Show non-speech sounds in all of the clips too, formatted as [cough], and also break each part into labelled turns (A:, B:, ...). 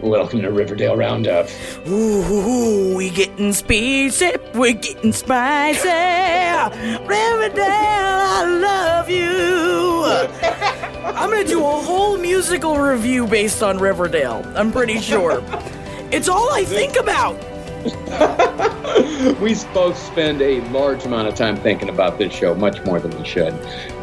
A: Welcome to Riverdale Roundup.
B: Ooh, ooh, ooh, we getting spicy, we getting spicy. Riverdale, I love you. I'm gonna do a whole musical review based on Riverdale. I'm pretty sure. It's all I think about.
A: [laughs] we both spend a large amount of time thinking about this show, much more than we should.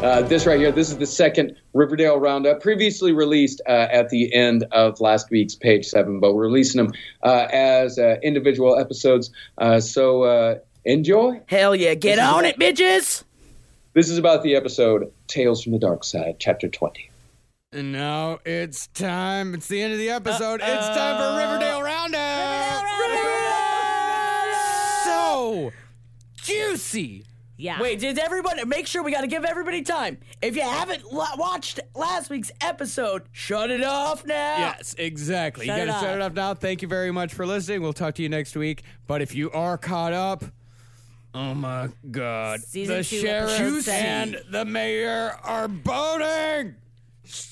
A: Uh, this right here, this is the second Riverdale Roundup, previously released uh, at the end of last week's page seven, but we're releasing them uh, as uh, individual episodes. Uh, so uh, enjoy.
B: Hell yeah, get on it, bitches.
A: This is about the episode Tales from the Dark Side, Chapter 20.
C: No, it's time. It's the end of the episode. it's time
D: Uh,
C: for Riverdale Roundup. So juicy.
D: Yeah.
B: Wait, did everybody make sure we got to give everybody time? If you haven't lo- watched last week's episode, shut it off now.
C: Yes, exactly.
D: Shut
C: you
D: it
C: got to shut
D: off.
C: it off now. Thank you very much for listening. We'll talk to you next week. But if you are caught up, oh my God.
D: Season
C: the
D: two, episode
C: sheriff
D: seven.
C: and the mayor are boating.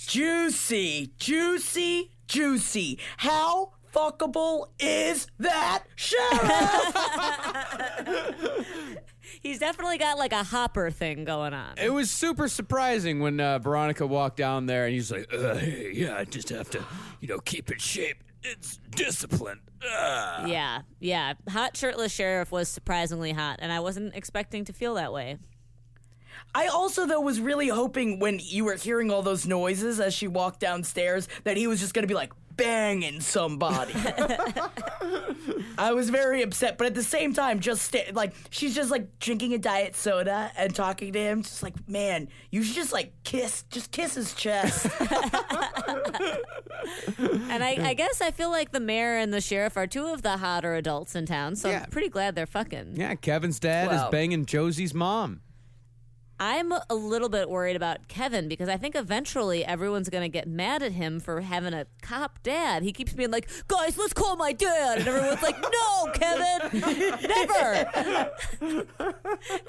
B: Juicy, juicy, juicy. How fuckable is that sheriff?
D: He's definitely got like a hopper thing going on.
C: It was super surprising when uh, Veronica walked down there and he's like, uh, hey, yeah, I just have to, you know, keep in shape. It's discipline. Ugh.
D: yeah, yeah. Hot shirtless sheriff was surprisingly hot, and I wasn't expecting to feel that way.
B: I also, though, was really hoping when you were hearing all those noises as she walked downstairs that he was just going to be like banging somebody. I was very upset, but at the same time, just sta- like she's just like drinking a diet soda and talking to him, just like, man, you should just like kiss, just kiss his chest.
D: And I, I guess I feel like the mayor and the sheriff are two of the hotter adults in town, so
C: Yeah.
D: I'm pretty glad they're fucking.
C: Yeah, Kevin's dad
B: Wow.
C: is banging Josie's mom.
D: I'm a little bit worried about Kevin because I think eventually everyone's going to get mad at him for having a cop dad. He keeps being like, guys, let's call my dad. And everyone's like, no, Kevin, never.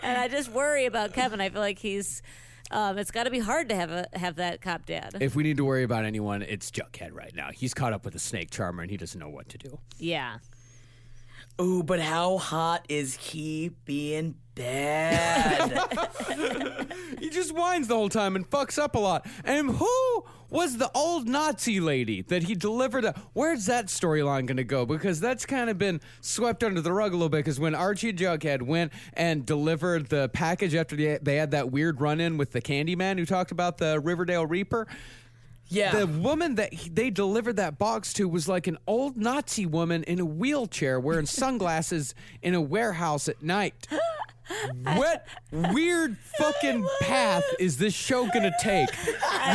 D: and I just worry about Kevin. I feel like he's. Um, it's got to be hard to have a have that cop dad.
C: If we need to worry about anyone, it's Jughead right now. He's caught up with a snake charmer and he doesn't know what to do.
D: yeah,
B: Ooh, but how hot is he being
C: [laughs]
B: bad?
C: He just whines the whole time and fucks up a lot. And who was the old Nazi lady that he delivered? A- Where's that storyline going to go? Because that's kind of been swept under the rug a little bit. Because when Archie Jughead went and delivered the package after they, they had that weird run in with the Candyman who talked about the Riverdale Reaper,
B: yeah.
C: the woman that he- they delivered that box to was like an old Nazi woman in a wheelchair
B: [laughs]
C: wearing sunglasses in a warehouse at night. What
B: [laughs]
C: weird fucking path is this show gonna take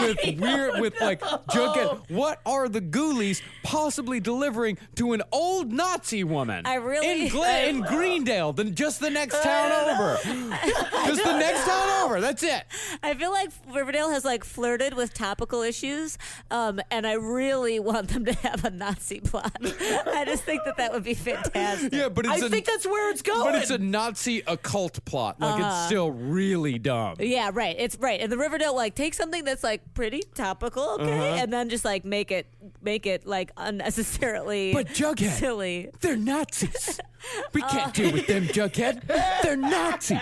C: with weird with like Jughead? What are the Ghoulies possibly delivering to an old Nazi woman?
D: I really-
C: in, Glen, in Greendale, then just the next town over,
B: [laughs]
C: just the next town over. That's it.
D: I feel like Riverdale has like flirted with topical issues, um, and I really want them to have a Nazi plot. [laughs] I just think that that would be fantastic.
C: Yeah, but it's
B: I
C: a-
B: think that's where it's going. Uh-huh.
C: But it's a Nazi occult plot. Like it's still really dumb.
D: Yeah, right. It's right. And the Riverdale like take something that's like pretty topical, okay,
C: Uh-huh.
D: and then just like make it make it like
C: [laughs]
D: unnecessarily
C: But Jughead,
D: silly.
C: they're Nazis. We can't deal with them, Jughead. They're Nazis.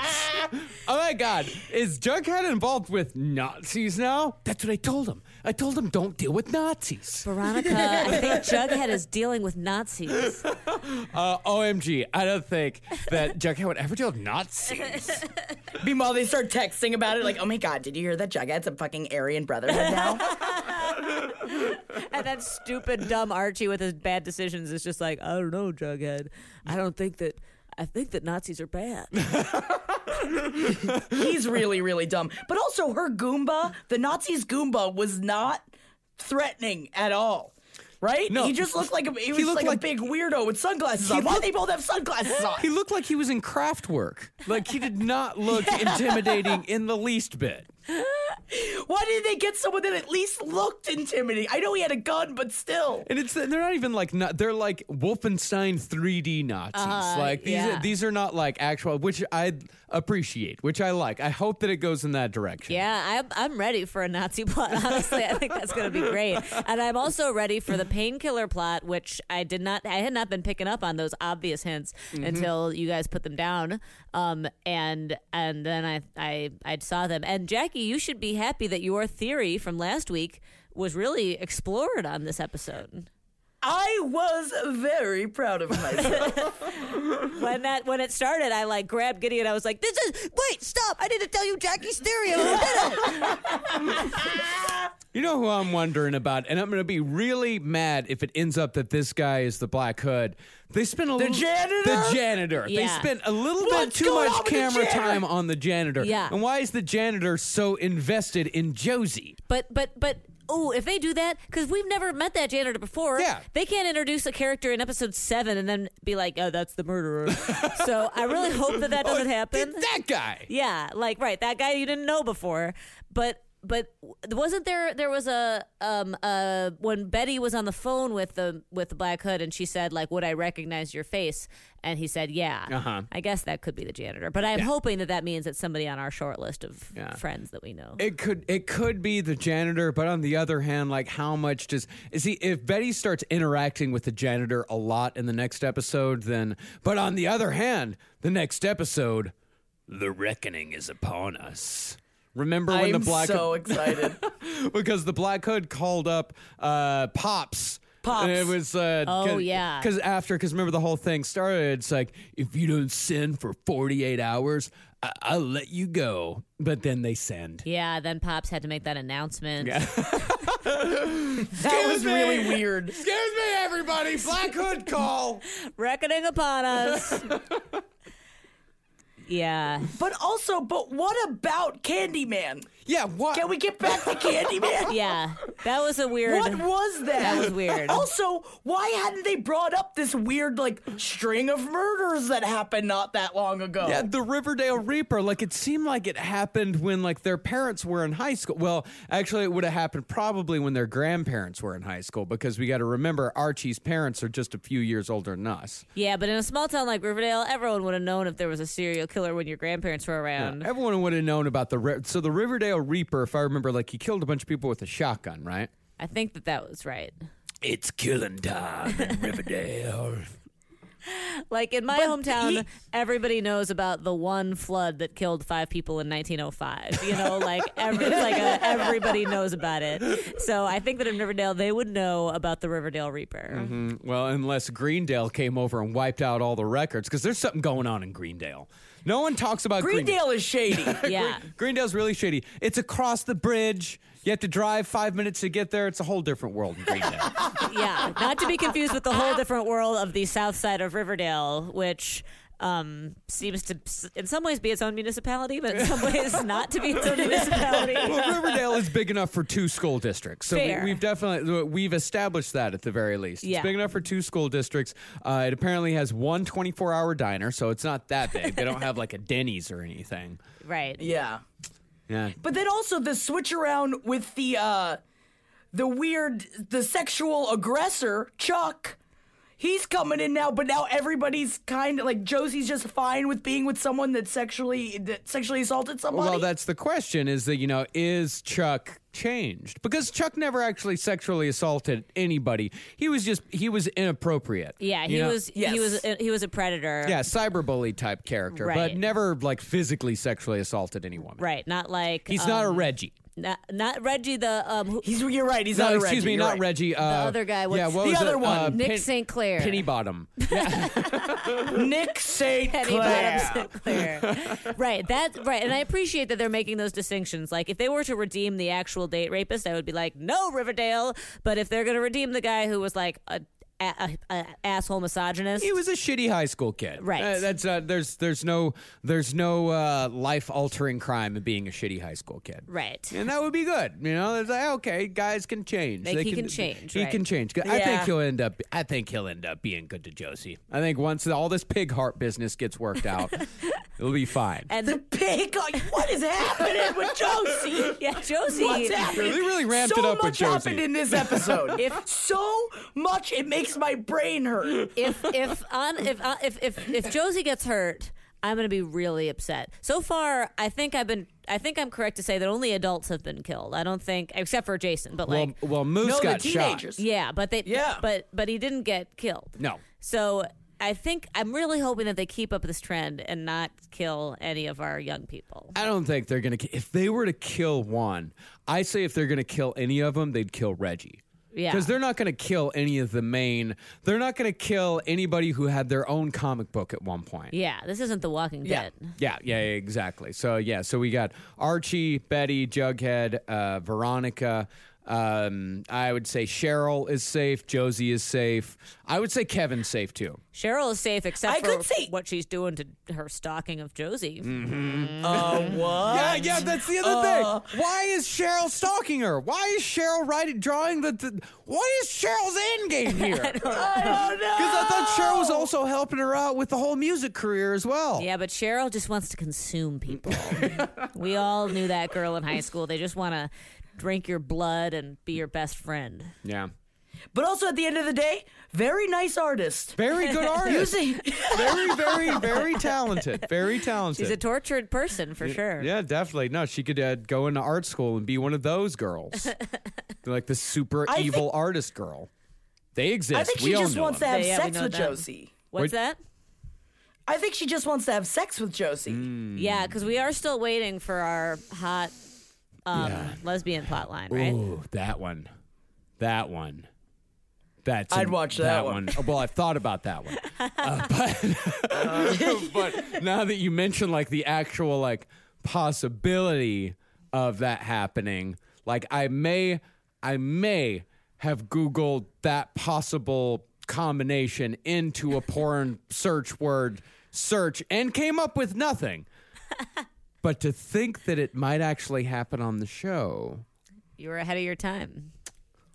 C: Oh my God. Is Jughead involved with Nazis now? That's what I told him. I told him don't deal with Nazis.
D: Veronica, I think Jughead is dealing with Nazis.
C: Uh, OMG. I don't think that Jughead would ever deal with Nazis.
B: Meanwhile, they start texting about it, like, "Oh my god, did you hear that Jughead's a fucking Aryan Brotherhood
C: [laughs]
B: now?"
D: [laughs] And that stupid, dumb Archie with his bad decisions is just like, I don't know, Jughead. I don't think that. I think that Nazis are bad.
B: He's really, really dumb. But also, her Goomba, the Nazis' Goomba, was not threatening at all. Right?
C: No.
B: He just looked like a he, was
C: looked
B: like,
C: like-
B: a big weirdo with sunglasses on. Why do they both have sunglasses on?
C: [laughs] He looked like he was in craft work. Like he did not look [laughs] intimidating in the least bit.
B: Why did they get someone that at least looked intimidating? I know he had a gun, but still.
C: And it's they're not even like na- they're like Wolfenstein 3D Nazis.
B: Uh,
C: like these
D: yeah.
C: are, these are not like actual, which I appreciate, which I like. I hope that it goes in that direction.
D: Yeah, I'm, I'm ready for a Nazi [laughs] plot. Honestly, I think that's going to be great. And I'm also ready for the painkiller plot, which I did not, I had not been picking up on those obvious hints until you guys put them down. Um, and and then I, I I saw them. And Jackie, you should be happy that your theory from last week was really explored on this episode.
B: I was very proud of myself.
D: When that when it started, I like grabbed Gideon. I was like, "This is wait, stop! I need to tell you Jackie's theory." and who did it?"
B: Ah,
C: You know who I'm wondering about, and I'm going to be really mad if it ends up that this guy is the Black Hood. They spent a little
B: janitor?
C: The janitor. They
D: Yeah.
C: spent a little
B: What's
C: bit too
B: going
C: much
B: on with the
C: camera
B: janitor?
C: time on the janitor.
D: Yeah.
C: And why is the janitor so invested in Josie?
D: But but but oh, if they do that, because we've never met that janitor before.
C: Yeah.
D: they can't introduce a character in episode seven and then be like, oh, that's
C: [laughs]
D: the murderer. so I really hope that that doesn't happen.
C: Oh, That guy.
D: yeah, like right, that guy you didn't know before, but. But wasn't there? There was a um uh when Betty was on the phone with the with the Black Hood and she said like, "Would I recognize your face?" And he said, "Yeah."
C: Uh-huh.
D: I guess that could be the janitor, but I'm hoping that that means it's somebody on our short list of
C: Yeah.
D: friends that we know.
C: It could it could be the janitor, but on the other hand, like how much does see if Betty starts interacting with the janitor a lot in the next episode, then but on the other hand, the next episode, the reckoning is upon us. Remember when the
B: I'm
C: black
B: so excited.
C: [laughs] because the black hood called up uh, pops.
B: Pops.
C: And it was uh,
D: Oh,
C: cause,
D: yeah.
C: because after because remember the whole thing started. It's like if you don't send for forty eight hours, I- I'll let you go. But then they send.
D: Yeah, then Pops had to make that announcement.
B: That was
C: me.
B: really weird.
C: Excuse me, everybody. Black Hood call.
D: [laughs] Reckoning upon us. yeah.
B: But also, but what about Candyman?
C: Yeah, what?
B: Can we get back [laughs] to Candyman?
D: Yeah. That was a weird.
B: What was that?
D: That was weird.
B: Also, why hadn't they brought up this weird like string of murders that happened not that long ago?
C: Yeah, the Riverdale Reaper. Like it seemed like it happened when like their parents were in high school. Well, actually, it would have happened probably when their grandparents were in high school because we got to remember Archie's parents are just a few years older than us.
D: yeah, but in a small town like Riverdale, everyone would have known if there was a serial killer when your grandparents were around.
C: Everyone would have known about the Ri- so the Riverdale Reaper. If I remember, like he killed a bunch of people with a shotgun, right?
D: I think that that was right.
C: It's killing time in Riverdale.
D: Like in my hometown,
B: he-
D: everybody knows about the one flood that killed five people in 1905. You know, like every, it's like a, everybody knows about it. So I think that in Riverdale, they would know about the Riverdale Reaper.
B: Mm-hmm.
C: Well, unless Greendale came over and wiped out all the records, because there's something going on in Greendale. No one talks about Greendale.
B: Greendale is shady. [laughs]
D: Yeah.
C: Greendale's really shady. It's across the bridge. You have to drive five minutes to get there. It's a whole different world in
D: [laughs]
C: Greendale.
D: yeah, not to be confused with the whole different world of the south side of Riverdale, which um, seems to, s- in some ways, be its own municipality, but in
C: [laughs]
D: some ways, not to be its own municipality.
C: well, Riverdale is big enough for two school districts, so
D: Fair.
C: We, have definitely uh, we've established that at the very least.
D: Yeah.
C: It's big enough for two school districts. Uh, it apparently has one 24-hour diner, so it's not that big. they don't have like a Denny's or anything.
D: Right.
B: yeah.
C: Yeah.
B: But then also the switch around with the uh the weird the sexual aggressor, Chuck. he's coming in now, but now everybody's kind of like Josie's just fine with being with someone that sexually that sexually assaulted somebody.
C: Well, that's the question is that, you know, is Chuck changed? Because Chuck never actually sexually assaulted anybody. He was just, he was inappropriate.
D: Yeah,
C: you
D: he
C: know?
D: was he
B: Yes.
D: was a, he was a predator.
C: Yeah, cyberbully type character, but
D: Right.
C: never like physically sexually assaulted any woman.
D: Right, not like um,
C: He's not a Reggie.
D: not, not Reggie the um who,
B: he's you're right. He's
C: No,
B: not. a
C: excuse
B: Reggie,
C: me,
B: you're
C: not
B: right.
C: Reggie. Uh,
D: other guy,
C: yeah,
D: what's-
C: what
B: The
C: was
B: other
C: it?
B: one.
C: Uh,
D: Nick
C: Pin-
D: St. Clair.
C: Penny Bottom.
D: [laughs]
B: Nick St.
D: Penny
B: Clair.
D: Bottom Sinclair. right. That's right. And I appreciate that they're making those distinctions. Like, if they were to redeem the actual date rapist, I would be like, no, Riverdale. But if they're going to redeem the guy who was like a, a, a, a asshole misogynist,
C: he was a shitty high school kid.
D: Right.
C: Uh, that's uh, there's there's no there's no uh, life altering crime in being a shitty high school kid.
D: right.
C: And that would be good, you know. It's like, okay, guys can change.
D: Like, he can change,
C: He
D: right.
C: can change. 'Cause I think
B: Yeah.
C: he'll end up. I think he'll end up being good to Josie. I think once all this pig heart business gets worked
D: [laughs]
C: out, it'll be fine.
D: And
B: The pig. Like, what is happening [laughs] with [laughs] Josie?
D: yeah, Josie.
B: What's happening?
C: They really ramped
B: so
C: it up with
B: much
C: Josie.
B: happened in this [laughs] episode.
D: If-
B: so much, it makes my brain hurt.
D: if if on if uh, if if if Josie gets hurt, I'm gonna be really upset. So far, I think I've been. I think I'm correct to say that only adults have been killed. I don't think, except for Jason, but like,
C: well, well, Moose
B: no, the
C: got shot.
B: teenagers.
D: yeah, but they,
B: Yeah.
D: but but he didn't get killed.
C: No.
D: So I think I'm really hoping that they keep up this trend and not kill any of our young people.
C: I don't think they're gonna. ki- If they were to kill one, I say if they're gonna kill any of them, they'd kill Reggie.
D: Yeah.
C: Because they're not going to kill any of the main. They're not going to kill anybody who had their own comic book at one point.
D: Yeah, this isn't The Walking Dead.
C: Yeah, yeah, yeah, exactly. So yeah, so we got Archie, Betty, Jughead, uh, Veronica. Um, I would say Cheryl is safe. Josie is safe. I would say Kevin's safe too.
D: Cheryl is safe except
B: I
D: for
B: could say-
D: what she's doing to her stalking of Josie.
B: Uh, what?
C: Yeah, yeah, that's the other
D: uh,
C: thing. Why is Cheryl stalking her? Why is Cheryl writing, drawing the, the? What is Cheryl's end
D: [laughs]
C: game here? Because
B: I don't know.
C: I thought Cheryl was also helping her out with the whole music career as well.
D: Yeah, but Cheryl just wants to consume people. we all knew that girl in high school. They just want to drink your blood and be your best friend.
C: yeah.
B: But also at the end of the day, very nice artist.
C: Very
D: [laughs]
C: good artist.
B: Using
C: very, very, very talented. Very talented.
D: She's a tortured person for sure.
C: Yeah, definitely. No, she could uh, go into art school and be one of
B: [laughs]
C: those girls, like the super
B: I
C: evil artist girl. They exist.
B: I think
C: we
B: she
C: all
B: just
C: know
B: wants to
C: them.
B: have
D: Yeah, we
B: sex
D: know
B: with
D: them.
B: Josie.
D: What's
C: Wait-
D: that?
B: I think she just wants to have sex with Josie.
C: Mm.
D: Yeah, because we are still waiting for our hot um,
C: Yeah.
D: lesbian plotline, right?
C: Ooh, that one. That one. That's
B: I'd watch that one.
C: Oh, Well, I've thought about that
B: [laughs]
C: one, Uh, but [laughs] but now that you mention like the actual like possibility of that happening, like I may I may have googled that possible combination into a porn search word search and came up
B: [laughs]
C: with nothing. But to think that it might actually happen on the show.
D: You were ahead of your time.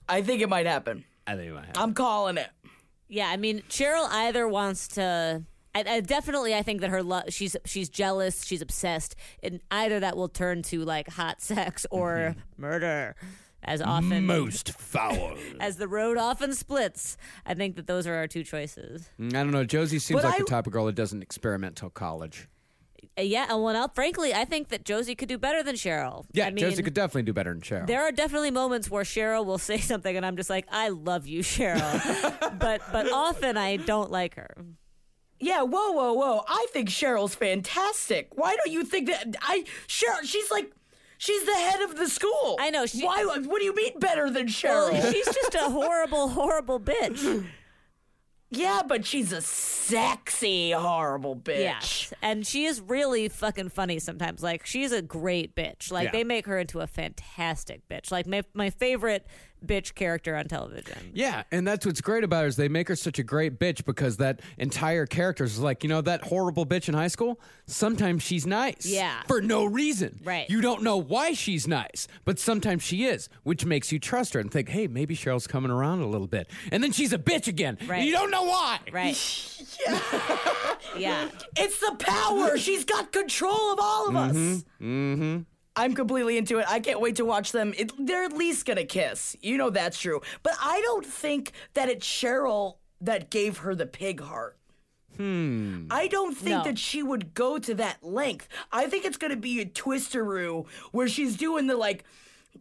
B: I think it might happen.
C: I think it might happen.
B: I'm calling it.
D: Yeah, I mean, Cheryl either wants to. I, I definitely, I think that her love. She's she's jealous. She's obsessed, and either that will turn to like hot sex or
C: Mm-hmm.
D: murder, as often [laughs]
C: foul.
D: as the road often splits. I think that those are our two choices.
C: I don't know. Josie seems
B: But
C: like the
B: I-
C: type of girl that doesn't experiment till college.
D: Uh, yeah, and well, now, frankly, I think that Josie could do better than Cheryl.
C: Yeah,
D: I mean,
C: Josie could definitely do better than Cheryl.
D: There are definitely moments where Cheryl will say [laughs] something, and I'm just like, "I love you,
B: [laughs]
D: Cheryl," but but often I don't like her.
B: Yeah, whoa, whoa, whoa. I think Cheryl's fantastic. Why don't you think that I Cheryl she's like she's the head of the school.
D: I know, she-
B: Why what do you mean better than Cheryl?
D: Well, she's just a horrible, horrible bitch.
B: [laughs] yeah, but she's a sexy, horrible bitch.
D: Yes. And she is really fucking funny sometimes. Like, she's a great bitch. Like,
C: Yeah.
D: they make her into a fantastic bitch. Like, my, my favorite bitch character on
B: [laughs]
D: television.
C: yeah, and that's what's great about her is they make her such a great bitch because that entire character is like, you know, that horrible bitch in high school. Sometimes she's nice,
D: Yeah.
C: for no reason.
D: Right.
C: You don't know why she's nice, but sometimes she is, which makes you trust her and think, hey, maybe Cheryl's coming around a little bit, and then she's a bitch again. and
D: Right.
C: you don't know why.
D: Right.
B: [laughs]
D: yeah.
B: It's the [laughs] power. She's got control of all of us. Mm-hmm. I'm completely into it. I can't wait to watch them. It, they're at least gonna kiss. You know that's true. But I don't think that it's Cheryl that gave her the pig heart. Hmm. I don't think
D: No.
B: that she would go to that length. I think it's going to be a twisteroo where she's doing the like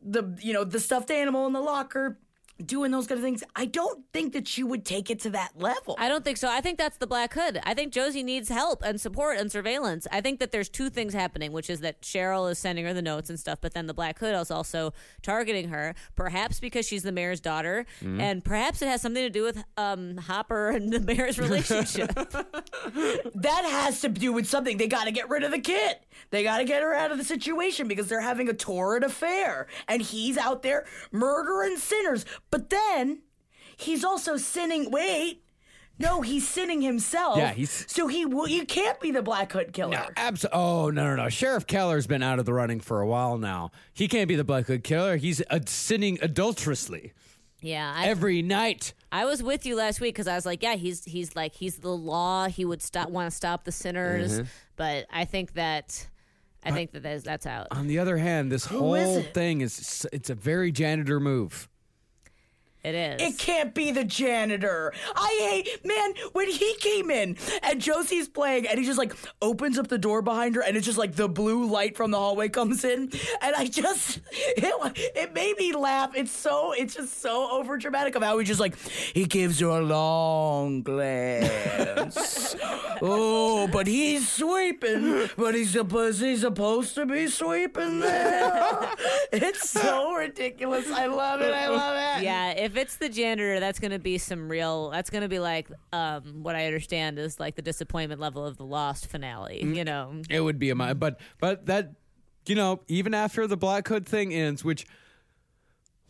B: the you know the stuffed animal in the locker, doing those kind of things. I don't think that she would take it to that level.
D: I don't think so. I think that's the black hood. I think Josie needs help and support and surveillance. I think that there's two things happening, which is that Cheryl is sending her the notes and stuff, but then the black hood is also targeting her, perhaps because she's the mayor's daughter, and perhaps it has something to do with um, Hopper and the [laughs] mayor's relationship.
B: that has to do with something. They got to get rid of the kid. They got to get her out of the situation because they're having a torrid affair and he's out there murdering sinners. But then he's also sinning. Wait. No, he's sinning himself.
C: Yeah, he's-
B: so he will. You can't be the Black Hood killer.
C: No, abso- oh no no no! Sheriff Keller's been out of the running for a while now. He can't be the Black Hood Killer. He's uh, sinning adulterously
D: [laughs] yeah, I,
C: every night.
D: I was with you last week because I was like, yeah, he's he's like he's the law. He would stop want to stop the sinners, but I think that I think that that's, that's out.
C: On the other hand, this
B: is
C: whole
B: it?
C: thing is it's a very janitor move.
D: It is.
B: It can't be the janitor. I hate, man, when he came in and Josie's playing and he just like opens up the door behind her and it's just like the blue light from the hallway comes in. And I just, [laughs] it, it made me laugh. It's so, it's just so over dramatic of how he just like, he gives her a long
D: [laughs]
B: glance. oh, but he's sweeping, but he's supposed, he's supposed to be sweeping
D: [laughs]
B: there. it's so ridiculous. I love it. I love it.
D: [laughs] Yeah, if it's the janitor, that's going to be some real. That's going to be like um, what I understand is like the disappointment level of the Lost finale. You know,
C: It would be a mi- but but that you know even after the Black Hood thing ends, which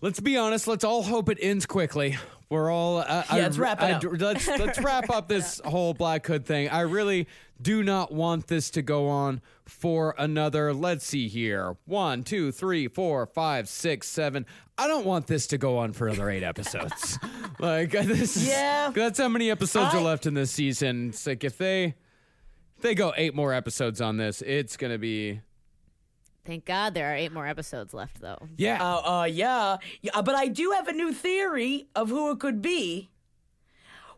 C: let's be honest, let's all hope it ends quickly. We're all uh,
B: Yeah, let's wrap it up.
C: Let's
B: [laughs]
C: let's wrap up this whole Black Hood thing. I really do not want this to go on for another. Let's see here, one, two, three, four, five, six, seven. I don't want this to go on for another
B: [laughs]
C: eight episodes. like this is
B: Yeah.
C: that's how many episodes
B: I-
C: are left in this season. It's like if they if they go eight more episodes on this, it's gonna be
D: thank God there are eight more episodes left, though.
C: yeah.
B: Uh, uh, yeah. yeah. But I do have a new theory of who it could be.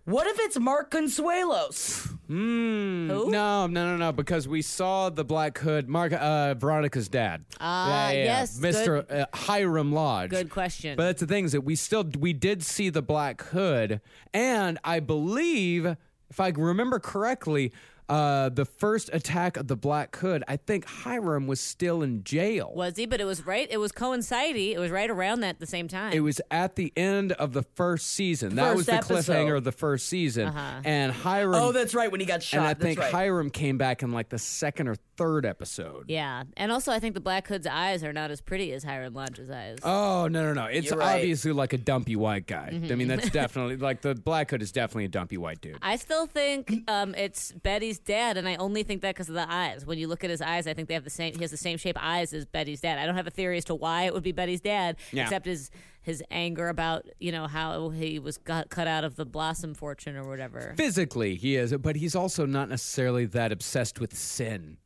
B: What if it's Mark
C: [laughs]
B: Consuelos?
D: Who?
C: Hmm. No, no, no, no, because we saw the Black Hood, Mark, uh, Veronica's dad.
D: Ah, yes,
C: Mr. Uh, Hiram Lodge.
D: Good question.
C: But that's the thing is that we still we did see the Black Hood, and I believe, if I remember correctly, uh, the first attack of the Black Hood, I think Hiram was still in jail.
D: was he? But it was right. It was coinciding. It was right around that the same time.
C: It was at the end of the first season. That
B: First
C: was the
B: episode.
C: cliffhanger of the first season,
D: Uh-huh.
C: and Hiram.
B: Oh, that's right. When he got shot.
C: and I
B: that's
C: think
B: right.
C: Hiram came back in like the second or third episode.
D: yeah, and also I think the Black Hood's eyes are not as pretty as Hiram Lodge's eyes.
C: Oh no no no! It's
B: You're right. Mm-hmm.
C: obviously like a dumpy white guy. I
B: [laughs]
C: mean, that's definitely like the black hood is definitely a dumpy white dude.
D: I still
C: Mm.
D: think um, it's Betty's dad, and I only think that because of the eyes. When you look at his eyes, I think they have the same. He has the same shape eyes as Betty's dad. I don't have a theory as to why it would be Betty's dad,
C: Yeah.
D: except his his anger about you know how he was got, cut out of the Blossom fortune or whatever.
C: Physically, he is, but he's also not necessarily that obsessed with sin.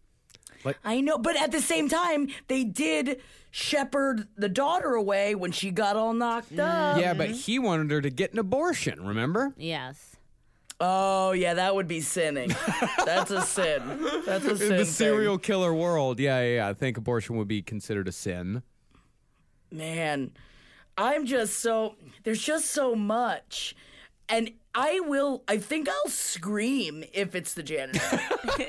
B: I know, but at the same time, they did shepherd the daughter away when she got all knocked up.
C: yeah, but he wanted her to get an abortion. Remember?
D: Yes.
B: Oh, yeah, that would be sinning. That's a sin. That's a sin.
C: [laughs] In
B: thing.
C: the serial killer world, yeah, yeah, yeah. I think abortion would be considered a sin.
B: man i'm just so there's just so much and i will i think i'll scream if it's the janitor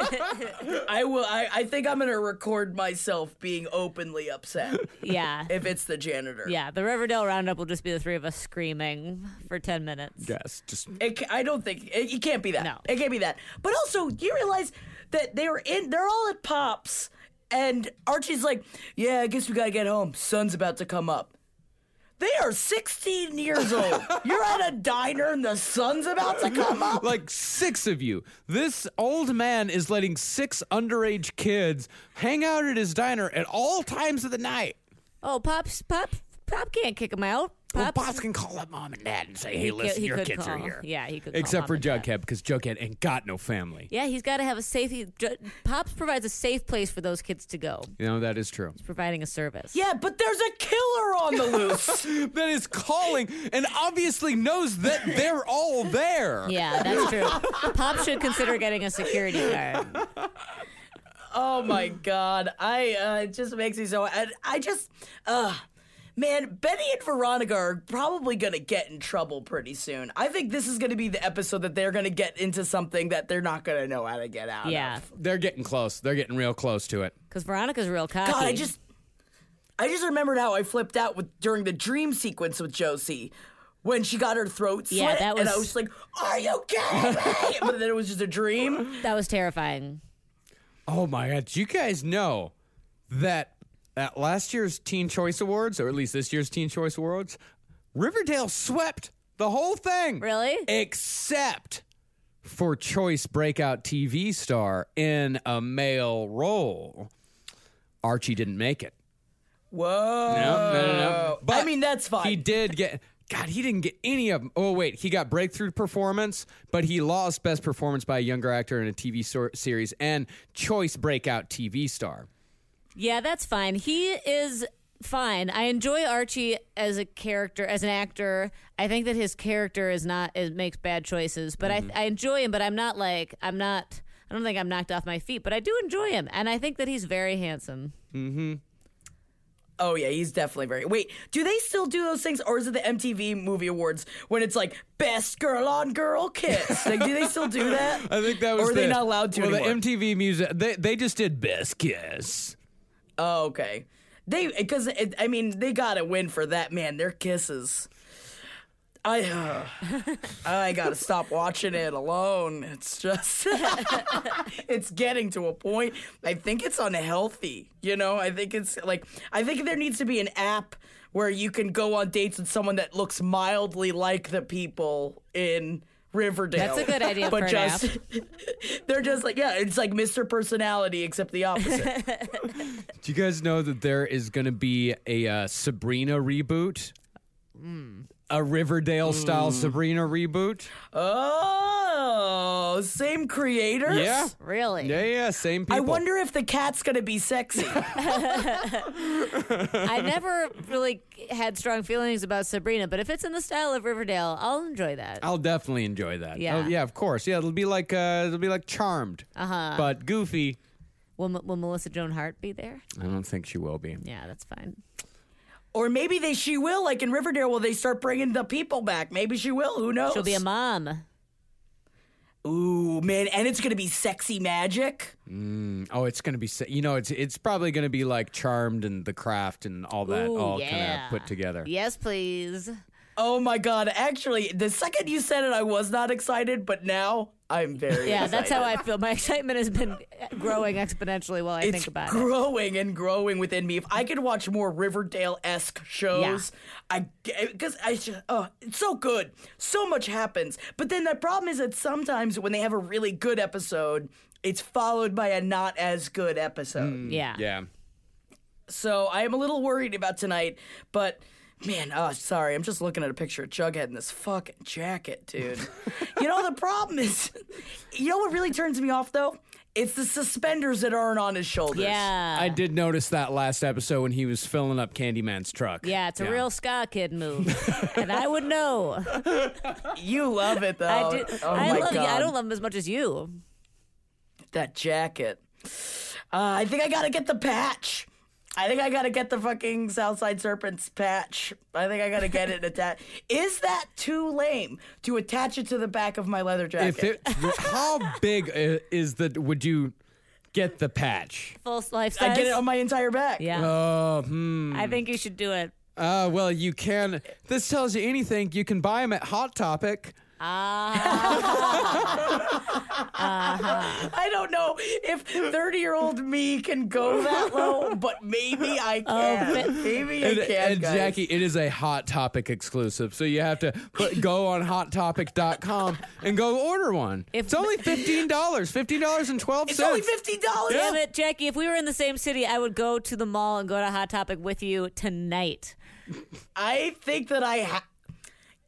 B: i will I, I think i'm gonna record myself being openly upset
C: [laughs]
D: Yeah.
B: if it's the janitor
D: yeah. The Riverdale roundup will just be the three of us screaming for ten minutes.
C: Yes, just
B: it, ca- i don't think it, it can't be that
D: No.
B: it can't be that but also do you realize that they're in they're all at pops and archie's like yeah i guess we gotta get home sun's about to come up they are 16 years old. You're at a diner and the sun's about to come
C: [laughs]
B: up.
C: like six of you. This old man is letting six underage kids hang out at his diner at all times of the night.
D: Oh, pops, pop, pop can't kick him out.
C: Well,
D: Pops-
C: Pops can call up mom and dad and say, hey,
D: He
C: listen,
D: could- he
C: your
D: could
C: kids are
D: call.
C: here.
D: Yeah, he could. call
C: Except for
D: mom and dad.
C: Jughead, because Jughead ain't got no family.
D: Yeah, he's got to have a safe. He, Ju- Pops provides a safe place for those kids to go.
C: You know, that is true.
D: Providing a service.
B: Yeah, but there's a killer on the loose.
C: that is calling and obviously knows that they're all there.
D: [laughs] Yeah, that's true. Pop should consider getting a security guard.
B: Oh my god, I uh, it just makes me so. I, I just, uh, man, Betty and Veronica are probably gonna get in trouble pretty soon. I think this is gonna be the episode that they're gonna get into something that they're not gonna know how to get out. of.
D: Yeah,
C: They're getting close. They're getting real close to it.
D: because Veronica's real cocky.
B: God, I just, I just remembered how I flipped out with during the dream sequence with Josie. When she got her throat slit,
D: Yeah, that
B: and I
D: was-
B: was like, "Are you kidding me?" [laughs] but then it was just a dream.
D: that was terrifying.
C: Oh my god, do you guys know that at last year's Teen Choice Awards, or at least this year's Teen Choice Awards, Riverdale swept the whole thing.
D: Really?
C: Except for choice breakout TV star in a male role. Archie didn't make it.
B: Whoa!
C: No, no, no, no.
B: Oh. I mean, that's fine.
C: He did get. God, he didn't get any of them. Oh, wait. He got breakthrough performance, but he lost best performance by a younger actor in a TV sor- series and choice breakout TV star.
D: Yeah, that's fine. He is fine. I enjoy Archie as a character, as an actor. I think that his character is not it makes bad choices, but I I enjoy him. But I'm not like I'm not. I don't think I'm knocked off my feet, but I do enjoy him, and I think that he's very handsome.
B: Oh yeah, he's definitely very. Wait, do they still do those things, or is it the MTV Movie Awards when it's like best girl on girl kiss? Like, do they still do that?
C: [laughs] I think that was.
B: Or are
C: the,
B: they not allowed to
C: Well,
B: anymore?
C: the MTV music. They, they just did Best Kiss.
B: oh, okay. They because I mean they gotta win for that man. Their kisses. I uh, I gotta stop watching it alone. It's just [laughs] it's getting to a point. I think it's unhealthy. You know, I think it's like I think there needs to be an app where you can go on dates with someone that looks mildly like the people in Riverdale.
D: That's a good
B: [laughs]
D: idea
B: but
D: for an
B: just they're just like yeah, it's like Mr. Personality except the opposite.
C: Do you guys know that there is going to be a uh, Sabrina reboot? A Riverdale
B: Hmm.
C: style Sabrina reboot?
B: oh, same creators.
C: Yeah.
D: Really?
C: Yeah, yeah, same people.
B: I wonder if the cat's gonna be
C: [laughs]
B: sexy.
D: I never really had strong feelings about Sabrina, but if it's in the style of Riverdale, I'll enjoy that.
C: I'll definitely enjoy that.
D: Yeah.
C: Oh, yeah, of course. Yeah, it'll be like uh, it'll be like Charmed, uh-huh. but goofy.
D: Will, will Melissa Joan Hart be there?
C: I don't think she will be.
D: Yeah, that's fine.
B: or maybe they she will like in Riverdale. Will they start bringing the people back? Maybe she will. Who knows?
D: She'll be a mom.
B: Ooh, man, and it's gonna be sexy magic.
C: Oh, it's gonna be sa- you know it's it's probably gonna be like Charmed and The Craft and all that
D: Ooh,
C: all kind
D: yeah.
C: of put together.
D: Yes, please.
B: Oh my god! Actually, the second you said it, I was not excited, but now I'm very.
D: Yeah, that's how
B: excited.
D: I feel. My excitement has been growing exponentially while I
B: It's
D: think about it.
B: growing and growing within me. If I could watch more Riverdale esque shows, I because I just oh, it's so good. So much happens, but then the problem is that sometimes when they have a really good episode, it's followed by a not as good episode.
D: Yeah.
C: Yeah.
B: So I am a little worried about tonight, but man, oh, sorry. I'm just looking at a picture of Jughead in this fucking jacket,
D: [laughs]
B: dude. you know, the problem is, you know what really turns me off though? It's the suspenders that aren't on his shoulders.
D: Yeah.
C: I did notice that last episode when he was filling up Candyman's truck.
D: yeah, it's a real ska kid move,
B: [laughs]
D: and I would know.
B: You love it though.
D: I do.
B: Oh
D: I
B: my
D: love.
B: God.
D: I don't love him as much as you.
B: that jacket. Uh, I think I gotta get the patch. I think I gotta get the fucking Southside Serpents patch. I think I gotta get it attached. Is that too lame to attach it to the back of my leather jacket?
C: If it, how
D: [laughs]
C: big i- is the would you get the patch?
D: Full life
B: I
D: size.
B: get it on my entire back.
D: yeah.
C: Oh, hmm.
D: I think you should do it.
C: Uh, well, you can. This tells you anything. You can buy them at Hot Topic.
B: I don't know if 30 year old me can go that low, but maybe I can. maybe I
C: Oh, and,
B: can.
C: and
B: guys.
C: Jackie, it is a Hot Topic exclusive, so you have to put, go on HotTopic.com and go order one.
D: If-
C: it's only fifteen dollars, fifteen dollars and twelve
B: It's only
C: cents.
B: $15.
D: Damn it, Jackie! If we were in the same city, I would go to the mall and go to Hot Topic with you tonight.
B: I think that I ha-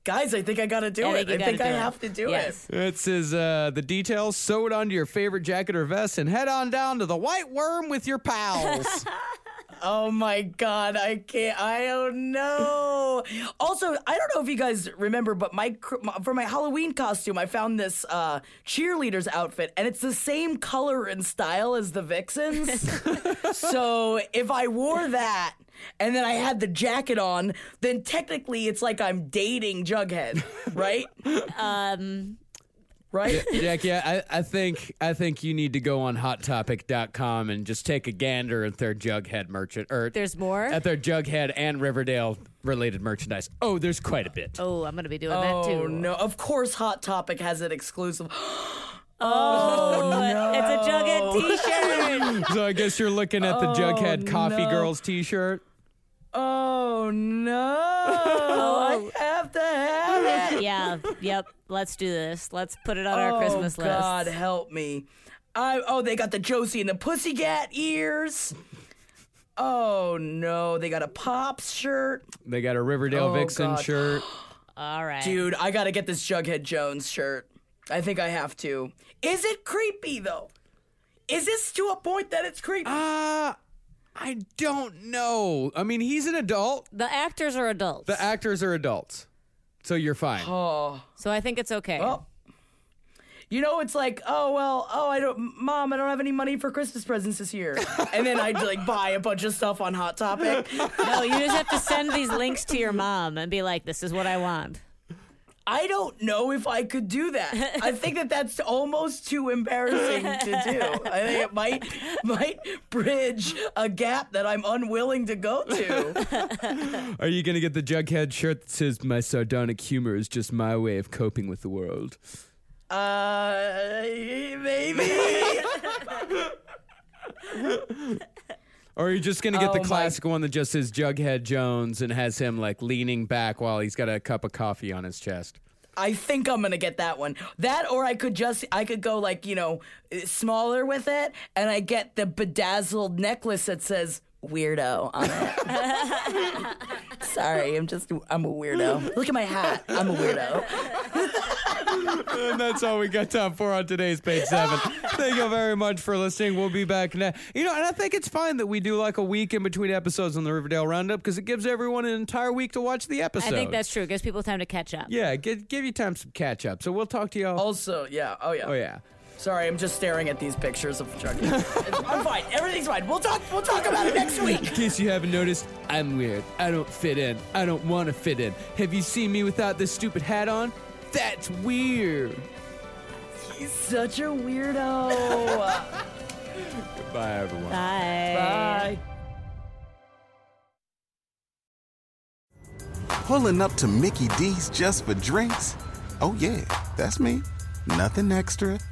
B: guys. I think I gotta do
D: I
B: it.
D: think you
B: Oh, I
D: gotta
B: think
D: do
B: I
D: it.
B: have to do
D: Yes.
B: it.
C: It says uh, the details sew it onto your favorite jacket or vest and head on down to the White Worm with
B: [laughs]
C: your pals.
B: Oh my god, I can't. I don't know. Also, I don't know if you guys remember, but my, cr- my for my Halloween costume, I found this uh, cheerleader's outfit, and it's the same color and style as the
D: [laughs]
B: Vixens. so if I wore that. And then I had the jacket on, then technically it's like I'm dating Jughead,
D: [laughs]
B: right?
D: Um,
B: Right?
C: Jack, yeah, I, I think I think you need to go on hottopic.com and just take a gander at their Jughead merchant or
D: there's more.
C: at their Jughead and Riverdale related merchandise. Oh, there's quite a bit.
D: oh, I'm gonna be doing that
B: Oh
D: too.
B: no! Of course, Hot Topic has an exclusive.
D: Oh, it's
B: [laughs]
D: a Jughead T-shirt.
C: So I guess you're looking at the Jughead Coffee Girls T-shirt.
B: Oh no! [laughs] Oh, I have to have it.
D: yeah. Yep. Let's do this. Let's put it on
B: oh,
D: our Christmas list.
B: God help me! I oh they got the Josie and the Pussycat ears. Oh no! They got a Pops shirt,
C: They got a Riverdale
B: Oh,
C: Vixen
B: God. [gasps]
C: shirt.
D: All right.
B: dude. I gotta get this Jughead Jones shirt. I think I have to. Is it creepy though? Is this to a point that it's creepy?
C: Uh, I don't know. I mean, he's an adult.
D: The actors are adults,
C: The actors are adults, so you're fine.
B: Oh.
D: so I think it's okay.
B: Well, you know, it's like, oh well, oh I don't, mom, I don't have any money for Christmas presents this year, and then I'd like buy a bunch of stuff on Hot Topic.
D: no, you just have to send these links to your mom and be like, "This is what I want."
B: I don't know if I could do that. I think that that's almost too embarrassing to do. I think it might might bridge a gap that I'm unwilling to go to.
C: Are you gonna get the Jughead shirt that says "My sardonic humor is just my way of coping with the world"?
B: Uh, maybe.
C: Or are you just gonna get the
B: Oh, my-
C: classic one that just says Jughead Jones and has him like leaning back while he's got a cup of coffee on his chest?
B: I think I'm gonna get that one. That, or I could just, I could go like you know, smaller with it, and I get the bedazzled necklace that says "weirdo" on it. Sorry, I'm just, I'm a weirdo. Look at my hat. I'm a weirdo.
C: And that's all we got time for on today's page seven. Thank you very much for listening. We'll be back now. You know, and I think it's fine that we do like a week in between episodes on the Riverdale Roundup because it gives everyone an entire week to watch the
D: I
C: episode.
D: think that's true. It gives people time to catch up.
C: yeah. Give, give you time some catch up. So we'll talk to y'all.
B: Also, yeah. Oh yeah.
C: oh yeah.
B: Sorry, I'm just staring at these pictures of Chucky. I'm fine. Everything's fine. We'll talk. We'll talk about it next week.
C: In case you haven't noticed, I'm weird. I don't fit in. I don't want to fit in. Have you seen me without this stupid hat on? That's weird.
B: He's such a weirdo.
C: Bye, everyone.
D: Bye.
B: Bye.
E: Pulling up to Mickey D's just for drinks? Oh, yeah, that's me. Nothing extra,